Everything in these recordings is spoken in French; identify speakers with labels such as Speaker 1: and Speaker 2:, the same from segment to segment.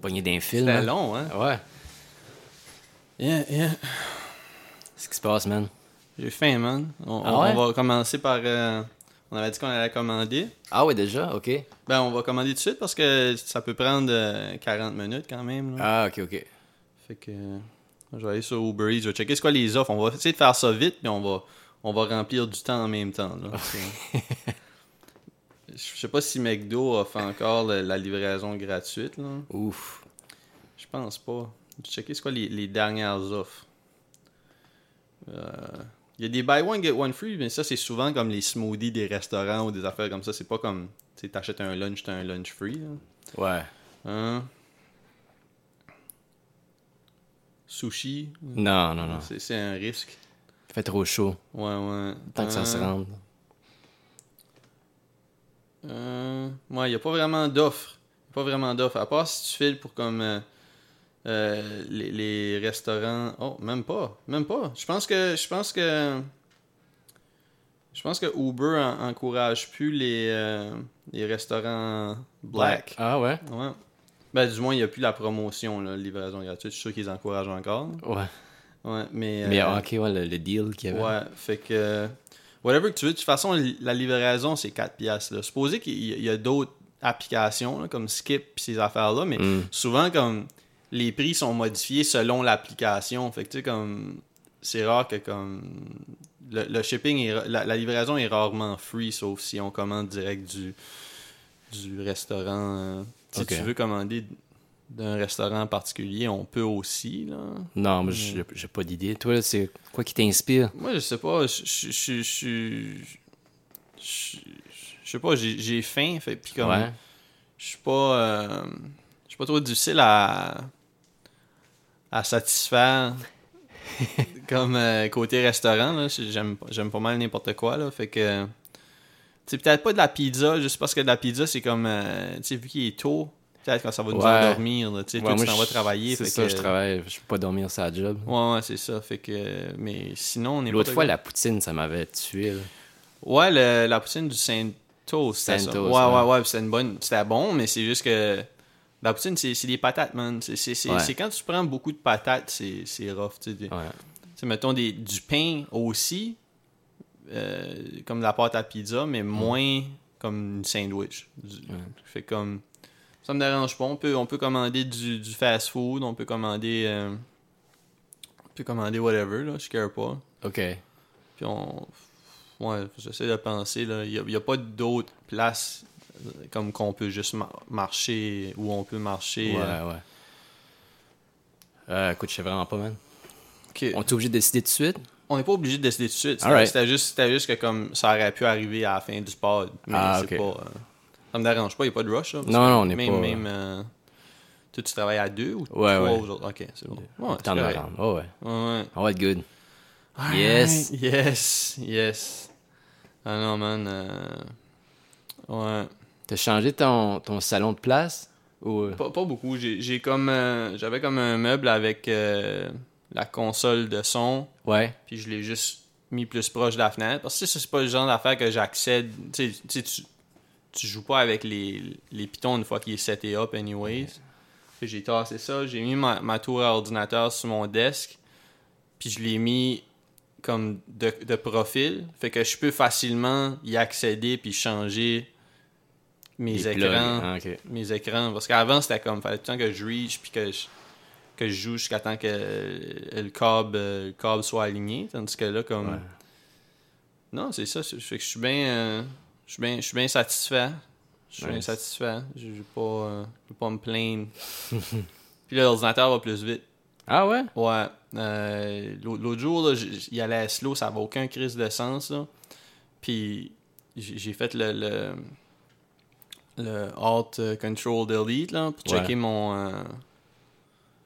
Speaker 1: pogné d'un film.
Speaker 2: C'était long, hein?
Speaker 1: Ouais.
Speaker 2: Yeah, yeah.
Speaker 1: Qu'est-ce qui se passe, man?
Speaker 2: J'ai faim, man. On,
Speaker 1: Ah
Speaker 2: on-
Speaker 1: ouais?
Speaker 2: on va commencer par. euh, on avait dit qu'on allait commander.
Speaker 1: Ah ouais, déjà? OK.
Speaker 2: Ben, on va commander tout de suite parce que ça peut prendre euh, 40 minutes quand même. là.
Speaker 1: Ah, OK, OK.
Speaker 2: Fait que. euh, Je vais aller sur Uber Eats, je vais checker c'est quoi les offres. On va essayer de faire ça vite, mais on va, on va remplir du temps en même temps.
Speaker 1: Ah.
Speaker 2: là. C'est- Je sais pas si McDo offre encore le- la livraison gratuite. Là.
Speaker 1: Ouf.
Speaker 2: Je pense pas. J'ai checké c'est quoi les, les dernières offres. Euh, Il y a des buy one, get one free, mais ça, c'est souvent comme les smoothies des restaurants ou des affaires comme ça. C'est pas comme, tu sais, t'achètes un lunch, t'as un lunch free. là.
Speaker 1: Ouais.
Speaker 2: Hein? Sushi,
Speaker 1: Non, non, non.
Speaker 2: c'est c'est un risque.
Speaker 1: Fait trop chaud.
Speaker 2: Ouais, ouais.
Speaker 1: Tant que ça se
Speaker 2: Hein?
Speaker 1: rende.
Speaker 2: Euh, ouais, il n'y a pas vraiment d'offres. Y a Pas vraiment d'offres. À part si tu files pour comme euh, euh, les, les restaurants. Oh, même pas. Même pas. Je pense que. Je pense que. Je pense que Uber en- encourage plus les, euh, les restaurants black.
Speaker 1: Ah ouais?
Speaker 2: Ouais. Ben, du moins, il n'y a plus la promotion, là, livraison gratuite. Je suis sûr qu'ils encouragent encore.
Speaker 1: Ouais.
Speaker 2: Ouais, mais.
Speaker 1: Mais ah,
Speaker 2: euh,
Speaker 1: OK, ouais, le, le deal qu'il y avait.
Speaker 2: Ouais, fait que. Whatever que tu veux. De toute façon, li- la livraison, c'est 4 piastres. là. Supposé qu'il y- il y a d'autres applications, là, comme Skip pis ces affaires-là, mais
Speaker 1: Mm.
Speaker 2: souvent, comme, les prix sont modifiés selon l'application. Fait que, tu sais, comme, c'est rare que, comme, le, le shipping, est ra- la, la livraison est rarement free, sauf si on commande direct du, du restaurant. euh. Si
Speaker 1: Ok.
Speaker 2: tu veux commander d'un restaurant particulier, on peut aussi, là.
Speaker 1: Non, moi, j'ai j'ai pas d'idée. Toi, là, c'est quoi qui t'inspire?
Speaker 2: Moi, je sais pas. Je je- je- je- je- je sais pas, j'ai j'ai faim. Fait, puis comme,
Speaker 1: Ouais.
Speaker 2: je suis pas. euh, je suis pas trop difficile à. à satisfaire. comme euh, côté restaurant, là, j'aime pas- j'aime pas mal n'importe quoi. Là, fait que. Tu sais, peut-être pas de la pizza, juste parce que de la pizza, c'est comme. euh, tu sais, vu qu'il est tôt, peut-être quand ça va nous
Speaker 1: Ouais.
Speaker 2: endormir. là, Tu sais,
Speaker 1: Ouais,
Speaker 2: toi,
Speaker 1: moi,
Speaker 2: tu t'en
Speaker 1: je-
Speaker 2: vas travailler.
Speaker 1: C'est
Speaker 2: fait
Speaker 1: ça,
Speaker 2: que-
Speaker 1: je travaille. Je peux pas dormir sur la job.
Speaker 2: Ouais, ouais, c'est ça. Fait que. Mais sinon, on est
Speaker 1: L'autre fois, la poutine, ça m'avait tué. là.
Speaker 2: Ouais, le- la poutine du Saint-Toast, c'était ça.
Speaker 1: Saint-Toast,
Speaker 2: Ouais,
Speaker 1: ouais.
Speaker 2: ouais, ouais, puis c'était une bonne. C'était bon, mais c'est juste que. La poutine, c'est c'est des patates, man. C'est- C'est c'est-
Speaker 1: Ouais.
Speaker 2: c'est quand tu prends beaucoup de patates, c'est c'est rough. Tu sais, des-
Speaker 1: Ouais.
Speaker 2: tu sais, mettons des, du pain aussi, euh, comme de la pâte à pizza, mais moins comme une sandwich. Du- Fait comme. Ça me dérange pas. On peut, on peut commander du, du fast-food, on peut commander. euh, on peut commander whatever, là. Je care pas.
Speaker 1: OK.
Speaker 2: Puis on. Ouais, j'essaie de penser, là. Il n'y a, pas d'autres places euh, comme qu'on peut juste ma- marcher, où on peut marcher.
Speaker 1: ouais,
Speaker 2: euh.
Speaker 1: ouais. Euh, écoute, je sais vraiment pas, man.
Speaker 2: Ok.
Speaker 1: On est obligé de décider tout de suite?
Speaker 2: On n'est pas obligé de décider tout de suite. C'était
Speaker 1: Alright.
Speaker 2: c'était juste, c'était juste que comme ça aurait pu arriver à la fin du pod. Mais
Speaker 1: Ah, ok.
Speaker 2: c'est pas. euh, ça me dérange pas, il n'y a pas de rush, là, parce
Speaker 1: Non,
Speaker 2: que
Speaker 1: non, on n'est
Speaker 2: même,
Speaker 1: pas-
Speaker 2: Même. euh, toi, tu travailles à deux ou
Speaker 1: Ouais,
Speaker 2: trois
Speaker 1: ouais.
Speaker 2: aujourd'hui? Ok, c'est bon. Ouais,
Speaker 1: On est
Speaker 2: c'est
Speaker 1: en
Speaker 2: correct.
Speaker 1: novembre. Oh, ouais.
Speaker 2: Ouais, ouais.
Speaker 1: On va être good. Yes.
Speaker 2: Alright, Yes, yes. Ah non, man. euh, Ouais.
Speaker 1: T'as changé ton, ton salon de place? Ou... euh,
Speaker 2: Pas, pas beaucoup. J'ai j'ai comme euh, j'avais comme un meuble avec euh, la console de son,
Speaker 1: Ouais.
Speaker 2: puis je l'ai juste mis plus proche de la fenêtre. Parce que ça, c'est pas le genre d'affaire que j'accède. Tu sais, tu, sais, tu- tu joues pas avec les, les pitons une fois qu'il est seté up, anyways. Fait que J'ai tassé ça. J'ai mis ma, ma tour à ordinateur sur mon desk, puis je l'ai mis comme de, de profil. Fait que je peux facilement y accéder, puis changer mes
Speaker 1: des plugs.
Speaker 2: écrans
Speaker 1: Ah, ok.
Speaker 2: mes écrans. Parce qu'avant, c'était comme, fallait tout le temps que je reach puis que je, que je joue jusqu'à temps que euh, le câble, euh, le câble soit aligné. Tandis que là, comme.
Speaker 1: Ouais.
Speaker 2: Non, c'est ça. c'est- Fait que je suis bien. euh, je suis bien, je suis bien satisfait. Je suis bien
Speaker 1: Nice.
Speaker 2: satisfait. Je ne vais pas, euh, je vais pas me plaindre. puis là, l'ordinateur va plus vite.
Speaker 1: Ah ouais?
Speaker 2: Ouais. Euh, l'au- L'autre jour, là, j- j- il allait à slow, ça va aucun crise de sens. Là. Puis j'ai j'ai fait le, le, le Alt euh, Control Delete là, pour
Speaker 1: Ouais. Hein?
Speaker 2: checker mon euh,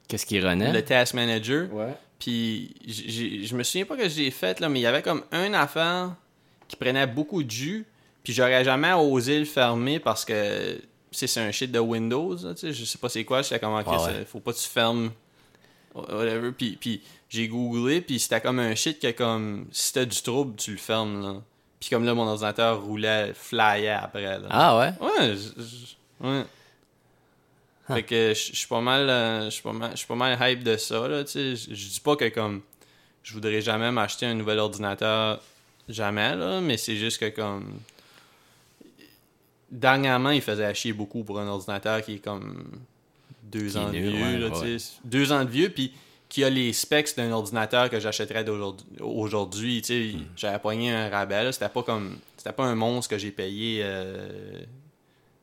Speaker 1: Qu'est-ce qui renaît?
Speaker 2: le Task Manager.
Speaker 1: Ouais.
Speaker 2: Puis j- j'ai- je me souviens pas que j'ai fait, là, mais il y avait comme un affaire qui prenait beaucoup de jus. Puis j'aurais jamais osé le fermer parce que c'est c'est un shit de Windows. là, tu sais, je sais pas c'est quoi. J'étais comme, ok,
Speaker 1: Ouais, ouais.
Speaker 2: ça- faut pas que tu fermes. Whatever. Puis, puis j'ai googlé. Puis c'était comme un shit que, comme, si t'as du trouble, tu le fermes. Là. Puis comme là, mon ordinateur roulait, flyait après. Là.
Speaker 1: Ah ouais?
Speaker 2: Ouais, je- je- ouais. Fait que je je suis pas mal euh, je suis pas mal je suis pas mal hype de ça là, tu sais, je je dis pas que comme je voudrais jamais m'acheter un nouvel ordinateur jamais là, mais c'est juste que comme dernièrement, il faisait à chier beaucoup pour un ordinateur qui est comme deux
Speaker 1: Qui est
Speaker 2: ans de
Speaker 1: nul,
Speaker 2: vieux
Speaker 1: ouais,
Speaker 2: là,
Speaker 1: ouais.
Speaker 2: tu sais. deux ans de vieux puis qui a les specs d'un ordinateur que j'achèterais d'aujourd'hui- aujourd'hui, tu sais,
Speaker 1: Hmm.
Speaker 2: j'avais pogné un rabais là, c'était pas comme c'était pas un monstre que j'ai payé euh,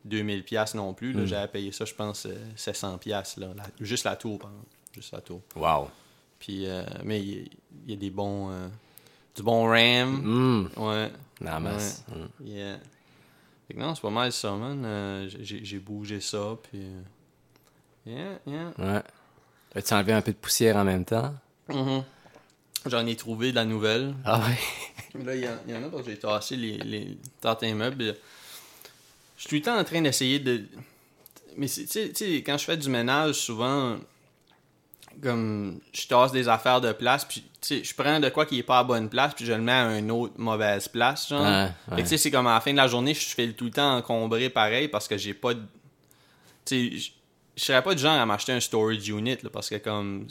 Speaker 2: 2000 pièces non plus. là.
Speaker 1: Mm.
Speaker 2: J'avais payé ça, je pense, euh, 700 pièces là, La- juste la tour, par exemple. juste la tour.
Speaker 1: Wow.
Speaker 2: Puis, euh, mais il y, il y a des bons, euh, du bon RAM.
Speaker 1: Hmm.
Speaker 2: Ouais.
Speaker 1: La masse. Hmm.
Speaker 2: Yeah. Fait que non, c'est pas mal ça, man. Euh, j'ai j'ai bougé ça, puis. euh, Yeah, yeah.
Speaker 1: Ouais. As-tu enlevé un peu de poussière en même temps?
Speaker 2: Mhm. J'en ai trouvé de la nouvelle.
Speaker 1: Ah ouais.
Speaker 2: Là, il y, en- il y en a parce que j'ai tassé les, les certains meubles. Je suis tout le temps en train d'essayer de. Mais c'est- tu sais, tu sais, quand je fais du ménage, souvent, comme je tasse des affaires de place, puis tu sais, je prends de quoi qui est pas à bonne place, puis je le mets à une autre mauvaise place, genre.
Speaker 1: Ouais,
Speaker 2: Fait que,
Speaker 1: ouais.
Speaker 2: tu sais, c'est comme à la fin de la journée, je fais tout le temps encombré pareil parce que j'ai pas de. Tu sais, je- je serais pas du genre à m'acheter un storage unit, là, parce que comme.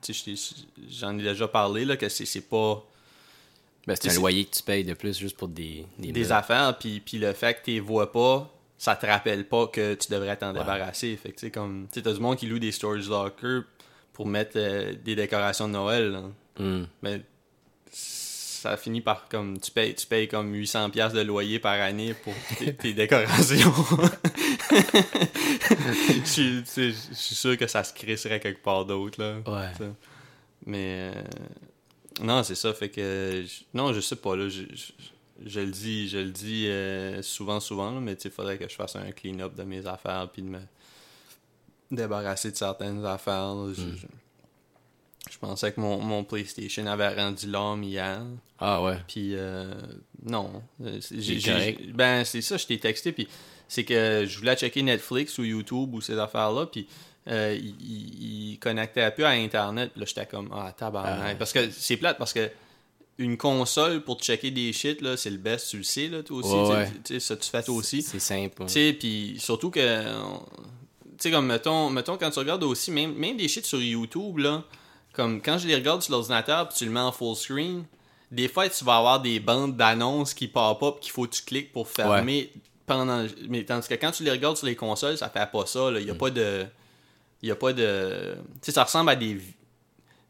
Speaker 2: Tu sais, je t'ai- j'en ai déjà parlé, là, que c'est c'est pas.
Speaker 1: Ben, c'est
Speaker 2: C'est-
Speaker 1: un loyer que tu payes de plus juste pour des.
Speaker 2: des
Speaker 1: meubles.
Speaker 2: affaires, puis, puis le fait que tu les vois pas, ça te rappelle pas que tu devrais t'en débarrasser. Fait que, tu sais, comme, tu sais, t'as du monde qui loue des storage lockers pour mettre euh, des décorations de Noël, là.
Speaker 1: Hmm.
Speaker 2: mais ça finit par comme, tu payes, tu payes comme 800$ piastres de loyer par année pour tes, tes décorations. Je suis- tu sais, je suis sûr que ça se crisserait quelque part d'autre, là.
Speaker 1: Ouais.
Speaker 2: Ça. Mais euh, non, c'est ça. Fait que je- non, je sais pas là. Je, je- je le dis, je le dis euh, souvent, souvent. là, mais il faudrait que je fasse un clean-up de mes affaires puis de me débarrasser de certaines affaires. là. Je, je- je pensais que mon, mon PlayStation avait rendu l'homme hier.
Speaker 1: Ah ouais.
Speaker 2: Puis euh, non, Euh, c'est-
Speaker 1: Il est
Speaker 2: j'ai, j'ai-
Speaker 1: correct.
Speaker 2: ben c'est ça, je t'ai texté puis c'est que je voulais checker Netflix ou YouTube ou ces affaires-là puis euh, il- il il connectait un peu à internet, puis là j'étais comme ah tabarnak
Speaker 1: Ah.
Speaker 2: parce que c'est plate parce que une console pour checker des shit là, c'est le best, tu le sais là toi aussi,
Speaker 1: Ouais,
Speaker 2: tu-
Speaker 1: ouais.
Speaker 2: tu sais ça tu fais toi aussi.
Speaker 1: C'est simple. ouais.
Speaker 2: Tu sais, puis surtout que. on- Tu sais, comme mettons, mettons, quand tu regardes aussi, même, même des shit sur YouTube, là, comme quand je les regarde sur l'ordinateur puis tu le mets en full screen, des fois tu vas avoir des bandes d'annonces qui pop-up qu'il faut que tu cliques pour fermer pendant. Mais tandis que quand tu les regardes sur les consoles, ça fait pas ça, là. Il a pas de. Il a pas de. Tu sais, ça ressemble à des. vi-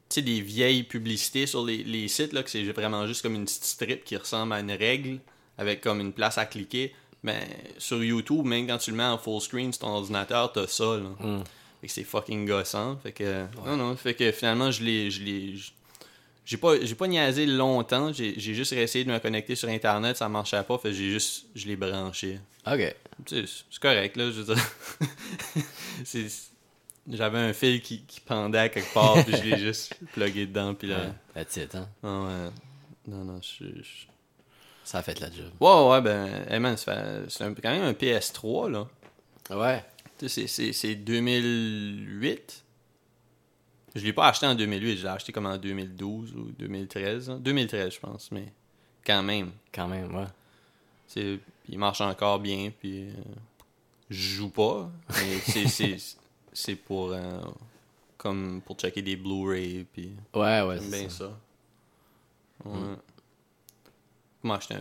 Speaker 2: Tu sais, des vieilles publicités sur les, les sites, là, que c'est vraiment juste comme une petite strip qui ressemble à une règle avec comme une place à cliquer. Mais sur YouTube, même quand tu le mets en full screen sur ton ordinateur, t'as ça. Là.
Speaker 1: Mm.
Speaker 2: Fait que c'est fucking gossant. Fait que, non, non. Fait que finalement, je l'ai. je l'ai- je- J'ai pas, j'ai pas niaisé longtemps. J'ai j'ai juste essayé de me connecter sur Internet. Ça marchait pas. Fait que j'ai juste. Je l'ai branché.
Speaker 1: Ok.
Speaker 2: Tu sais, C'est correct, là. Je veux dire. C'est- J'avais un fil qui, qui pendait à quelque part. puis je l'ai juste plugué dedans. Puis là.
Speaker 1: Ouais. That's it, hein.
Speaker 2: Non, ouais. non, non. je- je,
Speaker 1: Ça a fait la job.
Speaker 2: Ouais, ouais, ben, hey man, ça fait- c'est un- quand même un PS3, là.
Speaker 1: Ouais.
Speaker 2: Tu sais, c'est- c'est c'est 2008. Je l'ai pas acheté en 2008, je l'ai acheté comme en 2012 ou 2013. hein. 2013, je pense, mais quand même.
Speaker 1: Quand même, ouais.
Speaker 2: Tu sais, il marche encore bien, puis euh, je joue pas, mais c'est- c'est- c'est pour, euh, comme pour checker des Blu-ray, puis
Speaker 1: Ouais, ouais.
Speaker 2: j'aime
Speaker 1: c'est
Speaker 2: bien
Speaker 1: ça. Mm.
Speaker 2: ça. Ouais. Moi, acheter un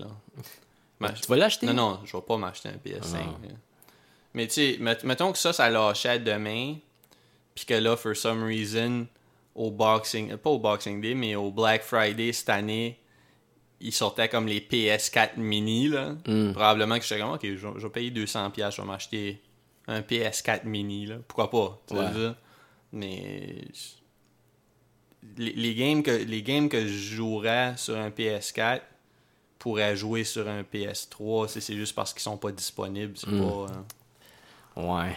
Speaker 2: là. M'ach-
Speaker 1: Tu vas l'acheter?
Speaker 2: non, non, je vais pas m'acheter un PS5.
Speaker 1: Ah.
Speaker 2: là. Mais tu sais, met- mettons que ça, ça lâchait demain, puis que là, for some reason, au Boxing, euh, pas au Boxing Day, mais au Black Friday cette année, ils sortaient comme les PS4 mini, là.
Speaker 1: Mm.
Speaker 2: Probablement que je serais comme, ok, je, vais- je vais payer 200$, piastres, je vais m'acheter un PS4 mini, là. Pourquoi pas, tu
Speaker 1: Ouais.
Speaker 2: veux dire? Mais. Les, les games que, les games que je jouerais sur un PS4, pourraient jouer sur un PS3, c'est c'est juste parce qu'ils sont pas disponibles, c'est
Speaker 1: Mm.
Speaker 2: pas... euh,
Speaker 1: Ouais. De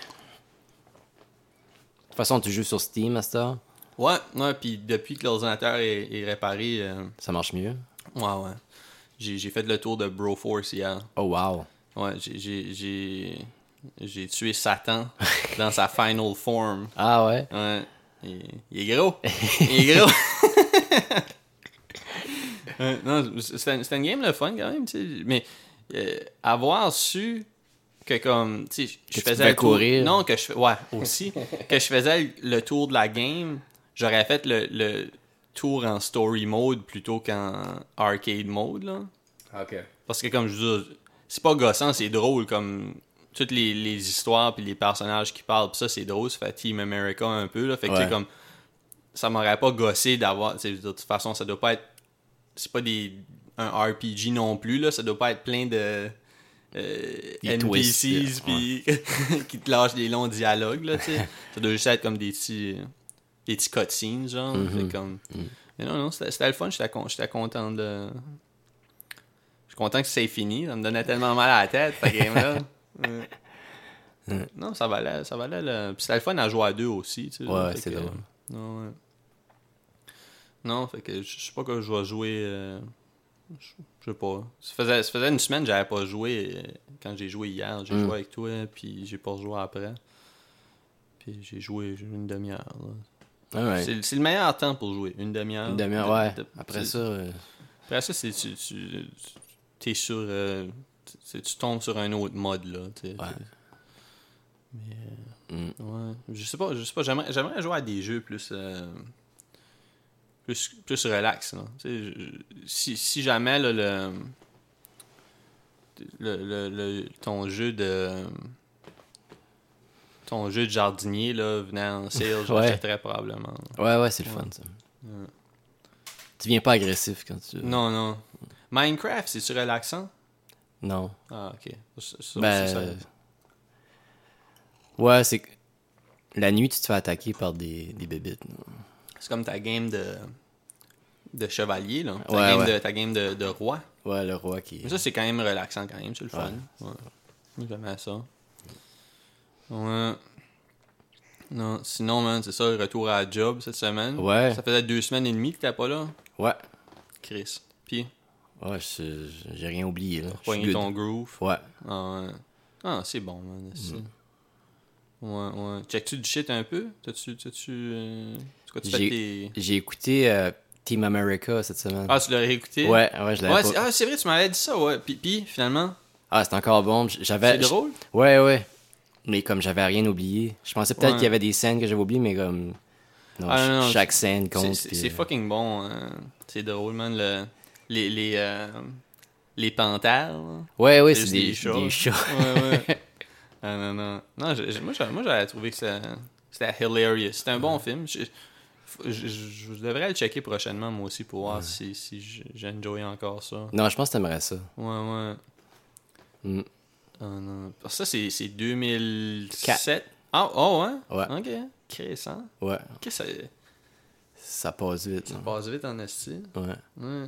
Speaker 1: toute façon, tu joues sur Steam, Master.
Speaker 2: Ouais, ouais, puis depuis que l'ordinateur est, est réparé, euh,
Speaker 1: Ça marche mieux.
Speaker 2: ouais, ouais. J'ai j'ai fait le tour de Broforce hier.
Speaker 1: Oh, wow.
Speaker 2: Ouais, j'ai- j'ai- j'ai... J'ai tué Satan dans sa final form.
Speaker 1: Ah ouais.
Speaker 2: Ouais. Il, il est gros. Il est gros. Ouais, non, c'était une, c'était une game le fun quand même, tu sais. Mais euh, avoir su que comme tu sais, je
Speaker 1: tu
Speaker 2: faisais
Speaker 1: pouvais
Speaker 2: le tour-
Speaker 1: courir.
Speaker 2: non que je ouais aussi que je faisais le tour de la game j'aurais fait le, le tour en story mode plutôt qu'en arcade mode là
Speaker 3: Ok.
Speaker 2: parce que comme je vous dis c'est pas gossant c'est drôle comme toutes les, les histoires puis les personnages qui parlent pis ça c'est drôle ça fait Team America un peu là fait que tu sais,
Speaker 1: Ouais.
Speaker 2: comme ça m'aurait pas gossé d'avoir tu sais, de toute façon ça doit pas être c'est pas des un RPG non plus là ça doit pas être plein de euh,
Speaker 1: Des
Speaker 2: NPCs
Speaker 1: twists,
Speaker 2: puis qui te lâchent des longs dialogues là tu sais ça doit juste être comme des petits des petits cutscenes genre
Speaker 1: Mm-hmm.
Speaker 2: Fait comme
Speaker 1: Mm.
Speaker 2: mais non non c'était c'était le fun j'étais con- j'étais content de je suis content que c'est fini ça me donnait tellement mal à la tête cette game là non ça valait ça valait le... puis c'était le fun à jouer à deux aussi tu sais,
Speaker 1: Ouais,
Speaker 2: fait
Speaker 1: c'est
Speaker 2: que-
Speaker 1: drôle.
Speaker 2: non ouais. non fait que je je sais pas que je vais jouer euh, je je sais pas ça faisait, ça faisait une semaine que j'avais pas joué euh, quand j'ai joué hier
Speaker 1: Mm.
Speaker 2: j'ai joué avec toi puis j'ai pas joué après puis j'ai joué, j'ai joué une demi-heure là.
Speaker 1: Alright.
Speaker 2: C'est, le- c'est le meilleur temps pour jouer, une demi-heure.
Speaker 1: Ah, Une demi-heure,
Speaker 2: De-
Speaker 1: ouais.
Speaker 2: de-
Speaker 1: Après
Speaker 2: tu-
Speaker 1: ça, euh,
Speaker 2: Après ça, c'est, tu, tu- t'es sur. euh, tu- c'est- tu tombes sur un autre mode, là. tu sais.
Speaker 1: Ouais. Mm.
Speaker 2: Mais. euh, Ouais. Je sais pas, je sais pas. J'aimerais, j'aimerais jouer à des jeux plus. euh, plus, plus relax, là. Tu sais, je- je- si, si jamais, là, le. Le, le- le- ton jeu de ton jeu de jardinier là venait en sale je
Speaker 1: Ouais.
Speaker 2: l'achèterais probablement
Speaker 1: ouais, ouais, c'est le fun, ça. Tu viens pas agressif quand tu.
Speaker 2: Non, non. Minecraft, c'est-tu relaxant?
Speaker 1: Non.
Speaker 2: Ah, ok. Ça, ça,
Speaker 1: Ben,
Speaker 2: ça, ça-
Speaker 1: euh, Ouais, c'est que la nuit, tu te fais attaquer par des, des bébites. non?
Speaker 2: C'est comme ta game de, de chevalier, là. Ta
Speaker 1: Ouais,
Speaker 2: game,
Speaker 1: ouais.
Speaker 2: De, ta game de, de roi.
Speaker 1: Ouais, le roi qui.
Speaker 2: Mais ça, c'est quand même relaxant, quand même. C'est le fun.
Speaker 1: Ouais.
Speaker 2: Ouais. Moi, J'aimais ça. Ouais. Non, sinon, man, c'est ça, le retour à la job cette semaine.
Speaker 1: Ouais.
Speaker 2: Ça faisait deux semaines et demie que t'étais pas là.
Speaker 1: Ouais.
Speaker 2: Chris. Puis,
Speaker 1: Ouais, je- je- j'ai rien oublié, là. Je suis
Speaker 2: poigner
Speaker 1: good. Mm.
Speaker 2: ton groove.
Speaker 1: Ouais.
Speaker 2: Ah, ouais. Ah, c'est bon, man. c'est- Ouais, ouais. Check-tu du shit un peu? T'as-tu. T'as-tu. euh, c'est quoi, tu fais
Speaker 1: J'ai-
Speaker 2: tes.
Speaker 1: J'ai écouté euh, Team America cette semaine.
Speaker 2: Ah, tu l'as réécouté?
Speaker 1: ouais, ouais, je l'avais
Speaker 2: Ouais,
Speaker 1: pas-
Speaker 2: c'est- ah, c'est vrai, tu m'avais dit ça, ouais. Puis, puis finalement,
Speaker 1: Ah, c'est encore bon. J- J'avais.
Speaker 2: c'est drôle.
Speaker 1: j- Ouais, ouais. Mais comme j'avais rien oublié, je pensais peut-être
Speaker 2: Ouais.
Speaker 1: qu'il y avait des scènes que j'avais oubliées, mais comme. Non,
Speaker 2: Ah, non,
Speaker 1: ch-
Speaker 2: non,
Speaker 1: chaque scène
Speaker 2: C'est-
Speaker 1: compte.
Speaker 2: C'est
Speaker 1: puis,
Speaker 2: c'est
Speaker 1: euh,
Speaker 2: fucking bon. hein. C'est drôle, man. le- les. Les. euh, les panthères. là.
Speaker 1: Ouais, ouais, c'est
Speaker 2: C'est juste
Speaker 1: des,
Speaker 2: des chats.
Speaker 1: des chats.
Speaker 2: Ouais, ouais. ah, non, non. Non, je- je- moi, j'avais- moi, j'avais trouvé que ça- c'était hilarious. C'était un bon film. Je, f- je- je- je devrais le checker prochainement, moi aussi, pour voir si, si j- j'enjoy encore ça.
Speaker 1: Non, je pense que t'aimerais ça.
Speaker 2: Ouais, ouais.
Speaker 1: Mm.
Speaker 2: Ah, non. Parce que ça, c'est c'est 2007. Ah, oh, ouais?
Speaker 1: Ouais.
Speaker 2: Ok. Chris, hein?
Speaker 1: Ouais,
Speaker 2: Qu'est-ce que ça
Speaker 1: ça passe vite.
Speaker 2: ça
Speaker 1: non?
Speaker 2: passe vite en esti?
Speaker 1: Ouais.
Speaker 2: Ouais.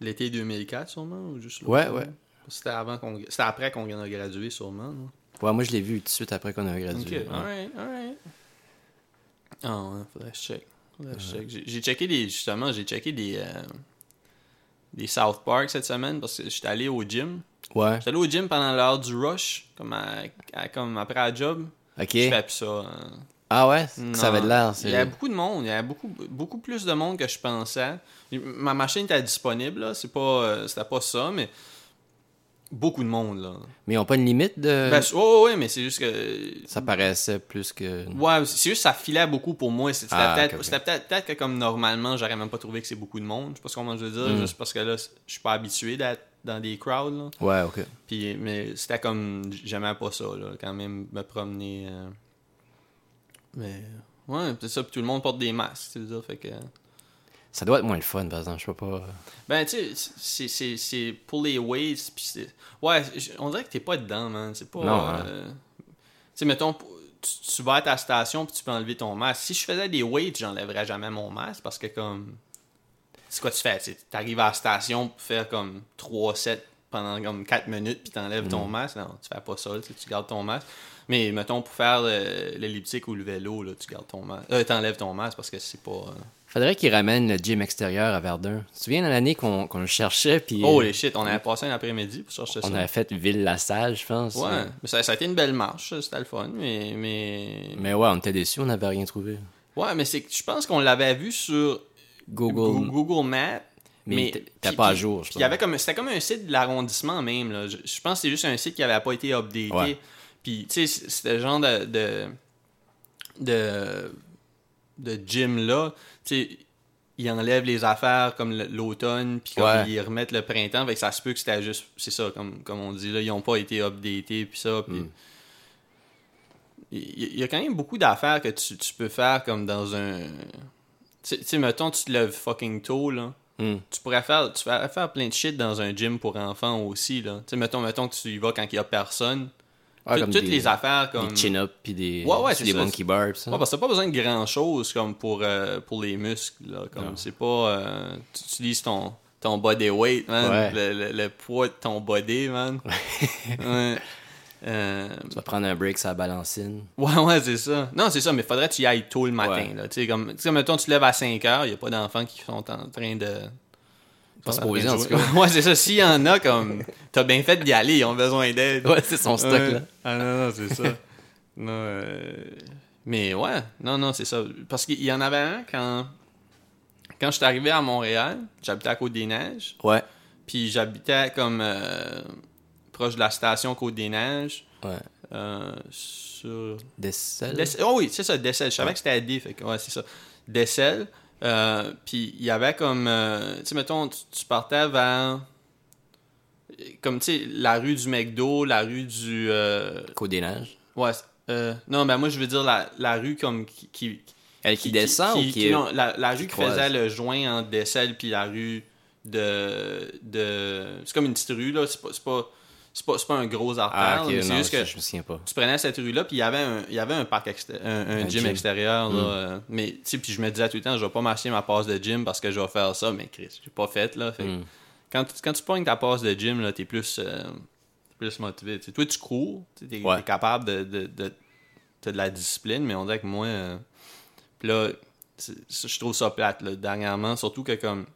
Speaker 2: L'été 2004, sûrement, ou juste
Speaker 1: Ouais,
Speaker 2: l'automne?
Speaker 1: ouais.
Speaker 2: C'était avant qu'on... C'était après qu'on a gradué, sûrement, non?
Speaker 1: Ouais, moi je l'ai vu tout de suite après qu'on a
Speaker 2: Ok,
Speaker 1: gradué. ouais.
Speaker 2: alright, alright. Ah ouais, faudrait que je check. Faudrait que je check. J'ai- J'ai checké des. Justement, j'ai checké des. euh, des South Park cette semaine parce que j'étais allé au gym.
Speaker 1: Ouais.
Speaker 2: J'étais allé au gym pendant l'heure du rush, comme, à- à- comme après la job. Je fais
Speaker 1: Ok.
Speaker 2: plus ça. hein.
Speaker 1: Ah ouais? Ça avait de l'air.
Speaker 2: Il y avait
Speaker 1: c'est-
Speaker 2: beaucoup de monde. Il y avait beaucoup, beaucoup plus de monde que je pensais. Ma machine était disponible, là. C'est pas, euh, c'était pas ça, mais beaucoup de monde, là.
Speaker 1: Mais ils ont pas une limite de.
Speaker 2: Ben, ouais, ouais, ouais, mais c'est juste que
Speaker 1: Ça paraissait plus que.
Speaker 2: Ouais, c'est juste ça filait beaucoup pour moi. C'était
Speaker 1: Ah,
Speaker 2: peut-être
Speaker 1: ok, ok.
Speaker 2: c'était peut-être peut-être que comme normalement, j'aurais même pas trouvé que c'est beaucoup de monde. Je sais pas ce qu'on je veux dire,
Speaker 1: Mm.
Speaker 2: juste parce que là, je suis pas habitué d'être dans des crowds. Là.
Speaker 1: Ouais, ok.
Speaker 2: Puis, mais c'était comme, j'aimais pas ça, là, quand même, me promener. euh. Mais, ouais, c'est ça, puis tout le monde porte des masques, tu veux dire, fait que...
Speaker 1: Ça doit être moins le fun, par exemple. Je sais pas.
Speaker 2: Ben, tu sais, c'est- c'est- c'est pour les waves, puis c'est... Ouais, j- on dirait que t'es pas dedans, man, c'est pas...
Speaker 1: Non, hein.
Speaker 2: euh, Tu sais, mettons, p- tu, tu vas à ta station, puis tu peux enlever ton masque. Si je faisais des waves, j'enlèverais jamais mon masque, parce que, comme... C'est quoi tu fais, tu sais, t'arrives à la station pour faire, comme, 3 sets pendant, comme, 4 minutes, puis t'enlèves
Speaker 1: Mm.
Speaker 2: ton masque. Non, tu fais pas ça, tu sais, tu gardes ton masque. Mais, mettons, pour faire euh, l'elliptique ou le vélo, là, tu gardes ton masque... Euh, t'enlèves ton masque, parce que c'est pas... euh,
Speaker 1: Faudrait qu'ils ramènent le gym extérieur à Verdun. Tu te souviens de l'année qu'on qu'on le cherchait, puis. euh,
Speaker 2: Oh, les shit, on avait passé un après-midi pour chercher ça.
Speaker 1: Mm. On avait fait Ville-la-Salle, je pense.
Speaker 2: Ouais, mais ça, ça a été une belle marche, ça, c'était le fun, mais. mais...
Speaker 1: Mais ouais, on était déçus, on n'avait rien trouvé.
Speaker 2: Ouais, mais c'est que je pense qu'on l'avait vu sur
Speaker 1: Google.
Speaker 2: Goo- Google Maps,
Speaker 1: Mais,
Speaker 2: Mais-
Speaker 1: t'es- t'es
Speaker 2: puis-
Speaker 1: pas à
Speaker 2: puis-
Speaker 1: jour, je
Speaker 2: Puis il y avait comme c'était comme un site de l'arrondissement même là. Je, je pense que c'est juste un site qui avait pas été updaté.
Speaker 1: Ouais.
Speaker 2: Puis tu sais c'était le genre de de de, de gym là, tu sais ils enlèvent les affaires comme le- l'automne puis comme
Speaker 1: Ouais.
Speaker 2: ils remettent le printemps, fait que ça se peut que c'était juste c'est ça comme comme on dit là, ils ont pas été updatés puis ça puis
Speaker 1: Mm.
Speaker 2: il il y, a quand même beaucoup d'affaires que tu, tu peux faire comme dans un tu tu sais mettons tu te lèves fucking tôt là
Speaker 1: Hmm.
Speaker 2: tu pourrais faire tu pourrais faire plein de shit dans un gym pour enfants aussi là. Tu sais mettons mettons que tu y vas quand il y a personne.
Speaker 1: Ouais,
Speaker 2: Tout-
Speaker 1: Ah, comme
Speaker 2: toutes
Speaker 1: des-
Speaker 2: les affaires comme
Speaker 1: Des chin-up puis des,
Speaker 2: Ouais, ouais,
Speaker 1: puis
Speaker 2: c'est
Speaker 1: des
Speaker 2: ça.
Speaker 1: monkey bars. pis ça.
Speaker 2: Ouais, Ah, parce que t'as pas besoin de grand chose comme pour euh, pour les muscles là comme
Speaker 1: Non.
Speaker 2: c'est pas euh, tu utilises ton ton body weight man,
Speaker 1: Ouais.
Speaker 2: le, le- le poids de ton body man. Ouais. Euh,
Speaker 1: Tu vas prendre un break sur la balancine.
Speaker 2: Ouais, ouais, c'est ça. Non, c'est ça, mais faudrait que tu y ailles tôt le matin.
Speaker 1: Ouais.
Speaker 2: là. Tu sais, comme, tu sais, mettons, tu te lèves à 5 heures, il n'y a pas d'enfants qui sont en train de.
Speaker 1: Pas se
Speaker 2: sont en train
Speaker 1: poser,
Speaker 2: de
Speaker 1: en
Speaker 2: jouer.
Speaker 1: tout
Speaker 2: ouais, c'est ça. S'il y en a, comme, t'as bien fait d'y aller, ils ont besoin d'aide.
Speaker 1: Ouais, c'est son stock
Speaker 2: Ouais.
Speaker 1: là.
Speaker 2: Ah non, non, c'est ça. non, euh, Mais ouais, non, non, c'est ça. Parce qu'il y en avait un quand. Quand je suis arrivé à Montréal, j'habitais à Côte-des-Neiges.
Speaker 1: Ouais.
Speaker 2: Puis j'habitais comme euh, proche de la station Côte-des-Neiges.
Speaker 1: Ouais.
Speaker 2: euh, sur
Speaker 1: Des selles.
Speaker 2: Dess- Oh oui, c'est ça, Dessel. Je savais que c'était à D, fait que, ouais, c'est ça. Dessel. euh, puis il y avait comme. euh, tu sais, mettons, tu, tu partais vers. Comme, tu sais, la rue du McDo, la rue du. euh,
Speaker 1: Côte des neiges.
Speaker 2: ouais. euh, non, mais moi, je veux dire la, la rue comme qui. qui-
Speaker 1: Elle qui, descend ou qui, est.
Speaker 2: Non, la, la rue qui,
Speaker 1: croise?
Speaker 2: faisait le joint entre Dessel puis la rue de. de c'est comme une petite rue, là. C'est pas, c'est pas, c'est pas, c'est pas un gros artère,
Speaker 1: Ah, ok,
Speaker 2: mais c'est
Speaker 1: non,
Speaker 2: juste que
Speaker 1: je me souviens pas.
Speaker 2: tu prenais cette rue-là, puis il y avait un, il y avait un, parc exté- un, un
Speaker 1: Un
Speaker 2: gym,
Speaker 1: gym.
Speaker 2: extérieur. Là,
Speaker 1: Mm.
Speaker 2: euh, mais, tu sais, puis je me disais tout le temps, je vais pas m'acheter ma passe de gym parce que je vais faire ça, mais Chris, j'ai pas fait, là. Fait que
Speaker 1: Mm.
Speaker 2: quand, tu, quand tu pognes ta passe de gym, là, t'es plus, euh, t'es plus motivé. tu sais. toi, tu cours, tu sais, t'es
Speaker 1: Ouais.
Speaker 2: t'es capable de... de, de t'as de la discipline, mais on dirait que moi... euh, puis là, c'est- c'est- je trouve ça plate, là, dernièrement. Surtout que, comme...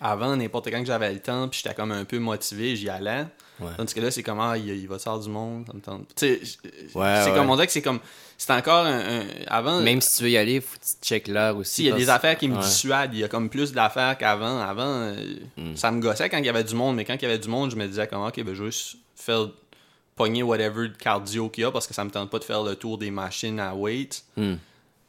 Speaker 2: Avant, n'importe quand que j'avais le temps, puis j'étais comme un peu motivé, j'y allais.
Speaker 1: Ouais.
Speaker 2: Tandis que là, c'est comme, ah, il, il va sortir du monde, ça me tente. Tu sais, je-
Speaker 1: Ouais,
Speaker 2: c'est
Speaker 1: ouais.
Speaker 2: comme, on dirait que c'est comme, c'est encore un, un- avant,
Speaker 1: Même si tu veux y aller, faut que tu checkes l'heure
Speaker 2: si,
Speaker 1: aussi.
Speaker 2: il y a des
Speaker 1: parce-
Speaker 2: affaires qui me
Speaker 1: Ouais.
Speaker 2: dissuadent, il y a comme plus d'affaires qu'avant. Avant, euh,
Speaker 1: Mm.
Speaker 2: ça me gossait quand il y avait du monde, mais quand il y avait du monde, je me disais comme, ok, ben, je vais juste faire, pogner whatever de cardio qu'il y a parce que ça me tente pas de faire le tour des machines à weight.
Speaker 1: Hmm.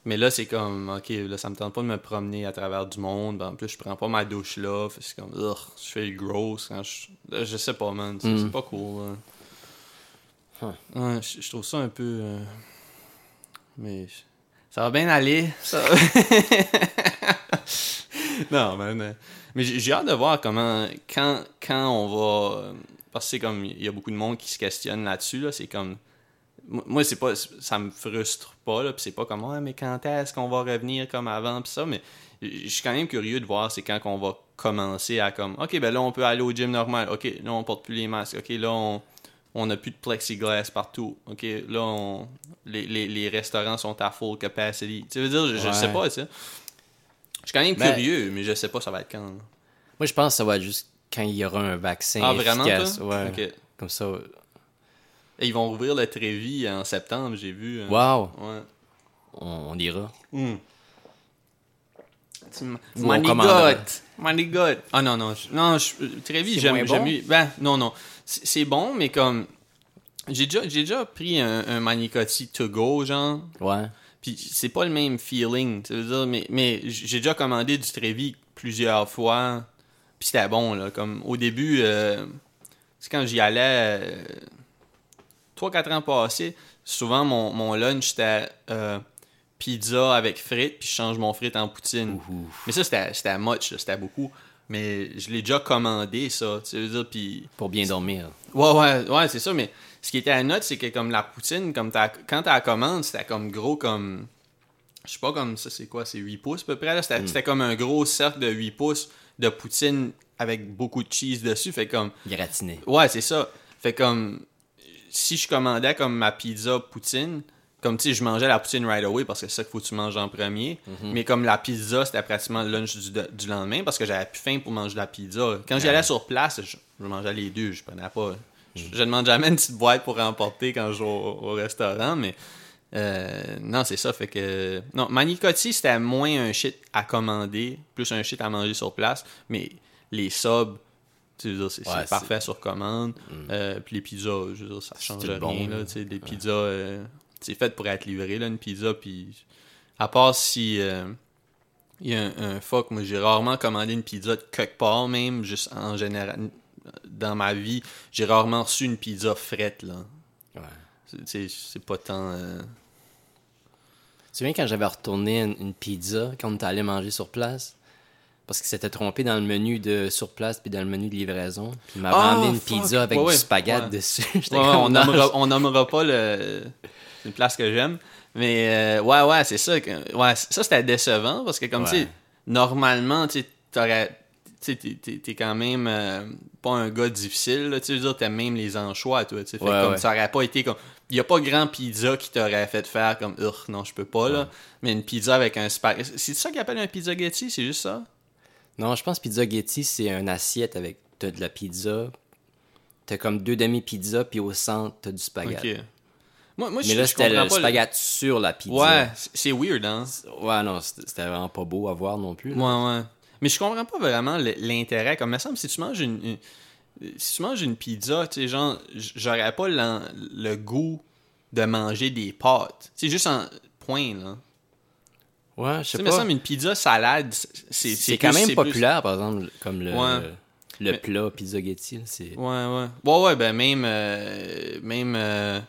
Speaker 2: Mais là, c'est comme, ok, là, ça me tente pas de me promener à travers du monde. Ben, en plus, je prends pas ma douche là. Fait que C'est comme, Ugh, je fais le gros. Quand je... là, je sais pas, man. C'est
Speaker 1: Mm.
Speaker 2: c'est pas cool. là. Ouais, je, je trouve ça un peu. euh, Mais je- ça va bien aller. ça va- non, man. euh, Mais j'ai j'ai hâte de voir comment. Quand, quand on va. euh, Parce que c'est comme, il y a beaucoup de monde qui se questionne là-dessus. Là, c'est comme. Moi, moi, c'est pas ça me frustre pas là, puis c'est pas comme ouais, mais quand est-ce qu'on va revenir comme avant puis ça mais je suis quand même curieux de voir c'est quand qu'on va commencer à comme OK ben là on peut aller au gym normal. OK, là on porte plus les masques. OK, là on on a plus de plexiglas partout. OK, là on les, les, les restaurants sont à full capacity. Tu veux dire je, je
Speaker 1: Ouais.
Speaker 2: sais pas ça. Je suis quand même
Speaker 1: Ben-
Speaker 2: curieux, mais je sais pas ça va être quand. là.
Speaker 1: Moi, je pense que ça va être juste quand il y aura un vaccin.
Speaker 2: Ah vraiment
Speaker 1: efficace.
Speaker 2: toi?
Speaker 1: Ouais.
Speaker 2: OK.
Speaker 1: Comme ça.
Speaker 2: Et ils vont rouvrir le Trévis en septembre, j'ai vu. hein.
Speaker 1: Wow!
Speaker 2: Ouais.
Speaker 1: On, on ira.
Speaker 2: Tu m-
Speaker 1: Ou on commandera.
Speaker 2: Manigote. Manigote. Ah non, non. je- non je, très vite,
Speaker 1: C'est
Speaker 2: j'aime
Speaker 1: moins
Speaker 2: j'aime
Speaker 1: bon?
Speaker 2: mieux- Ben, non, non. C'est c'est bon, mais comme. J'ai déjà, j'ai déjà pris un, un manicotti to go, genre.
Speaker 1: Ouais.
Speaker 2: Puis c'est pas le même feeling. Ça veut dire, mais, mais j'ai déjà commandé du Trévi plusieurs fois. Puis c'était bon, là. Comme au début, euh, c'est quand j'y allais, 3-4 ans passés, souvent mon, mon lunch c'était euh, pizza avec frites, puis je change mon frite en poutine.
Speaker 1: Ouhou.
Speaker 2: Mais ça, c'était c'était much, là, c'était beaucoup. Mais je l'ai déjà commandé, ça. Tu veux dire, puis
Speaker 1: Pour bien dormir.
Speaker 2: Ouais, ouais, ouais, c'est ça, mais ce qui était à note, c'est que comme la poutine, comme t'as- quand t'as la commande, c'était comme gros comme. Je sais pas comme ça, c'est quoi, c'est 8 pouces à peu près. là. C'était c'était comme un gros cercle de 8 pouces de poutine avec beaucoup de cheese dessus. Fait comme.
Speaker 1: Gratiner.
Speaker 2: Ouais, c'est ça. Fait comme. Si je commandais comme ma pizza poutine, comme tu sais, je mangeais la poutine right away parce que c'est ça qu'il faut que tu manges en premier. Mais comme la pizza, c'était pratiquement le lunch du, du lendemain parce que j'avais plus faim pour manger de la pizza. Quand j'allais sur place, je, je mangeais les deux, je prenais pas. Je, je demande jamais une petite boîte pour emporter quand je vais au, au restaurant, mais. euh, non, c'est ça, fait que. Non, Manicotti, c'était moins un shit à commander, plus un shit à manger sur place, mais les subs, tu sais, je veux dire, c'est
Speaker 1: Ouais,
Speaker 2: c'est
Speaker 1: c'est-
Speaker 2: parfait sur commande.
Speaker 1: Mm.
Speaker 2: Euh, puis les pizzas, je veux dire, ça
Speaker 1: C'est
Speaker 2: change
Speaker 1: tout
Speaker 2: rien.
Speaker 1: bon,
Speaker 2: là,
Speaker 1: là.
Speaker 2: tu sais, les pizzas, euh, c'est fait pour être livré, là, une pizza. Puis à part si euh, il y a un, un fuck, moi j'ai rarement commandé une pizza de quelque part, même, juste en général. Dans ma vie, j'ai rarement reçu une pizza frette, là.
Speaker 1: Ouais.
Speaker 2: C'est- C'est c'est pas tant. euh,
Speaker 1: Tu te souviens quand j'avais retourné une, une pizza quand on était allé manger sur place? Parce qu'il s'était trompé dans le menu de sur place puis dans le menu de livraison. Puis il m'avait
Speaker 2: Ah,
Speaker 1: amené une
Speaker 2: fuck.
Speaker 1: pizza avec
Speaker 2: Ouais, ouais.
Speaker 1: du spaghetti
Speaker 2: Ouais.
Speaker 1: dessus. J'étais
Speaker 2: Ouais, ouais,
Speaker 1: comme,
Speaker 2: on,
Speaker 1: non,
Speaker 2: nommera, on nommera pas le, une place que j'aime. Mais euh, ouais, ouais, c'est ça. que- ouais, ça, c'était décevant parce que, comme
Speaker 1: Ouais.
Speaker 2: tu sais, normalement, tu sais, t'aurais- tu sais, t'es- t'es t'es quand même euh, pas un gars difficile. là, tu sais, je veux dire, t'aimes même les anchois, toi. tu sais, fait
Speaker 1: Ouais,
Speaker 2: que comme
Speaker 1: ouais.
Speaker 2: ça aurait pas été comme. Il n'y a pas grand pizza qui t'aurait fait faire comme Urgh, non, je peux pas, là. Mais une pizza avec un spaghetti. C'est ça qu'ils appellent un pizza Getty, c'est juste ça?
Speaker 1: Non, je pense pizza Getty, c'est une assiette avec t'as de la pizza. T'as comme deux demi-pizzas, puis au centre, t'as du spaghetti.
Speaker 2: Ok. Moi, moi je,
Speaker 1: Mais là,
Speaker 2: je
Speaker 1: c'était
Speaker 2: comprends
Speaker 1: le
Speaker 2: pas le-
Speaker 1: spaghetti sur la pizza.
Speaker 2: Ouais, c'est c'est weird, hein?
Speaker 1: Ouais, non, c'était c'était vraiment pas beau à voir non plus. là.
Speaker 2: Ouais, ouais. Mais je comprends pas vraiment le- l'intérêt. Comme, il me semble, si tu manges une, une- si tu manges une pizza, tu sais, genre, j- j'aurais pas l'en- le goût de manger des pâtes. C'est juste en point, là.
Speaker 1: Ouais, je
Speaker 2: Tu
Speaker 1: sais
Speaker 2: sais, me
Speaker 1: pas.
Speaker 2: semble, une pizza salade, c'est
Speaker 1: C'est
Speaker 2: plus-
Speaker 1: quand même
Speaker 2: c'est plus-
Speaker 1: populaire, par exemple, comme le,
Speaker 2: Ouais.
Speaker 1: le
Speaker 2: Mais-
Speaker 1: plat pizza Getty. là, C'est...
Speaker 2: Ouais, ouais. Ouais, ouais, ben même. euh, même euh,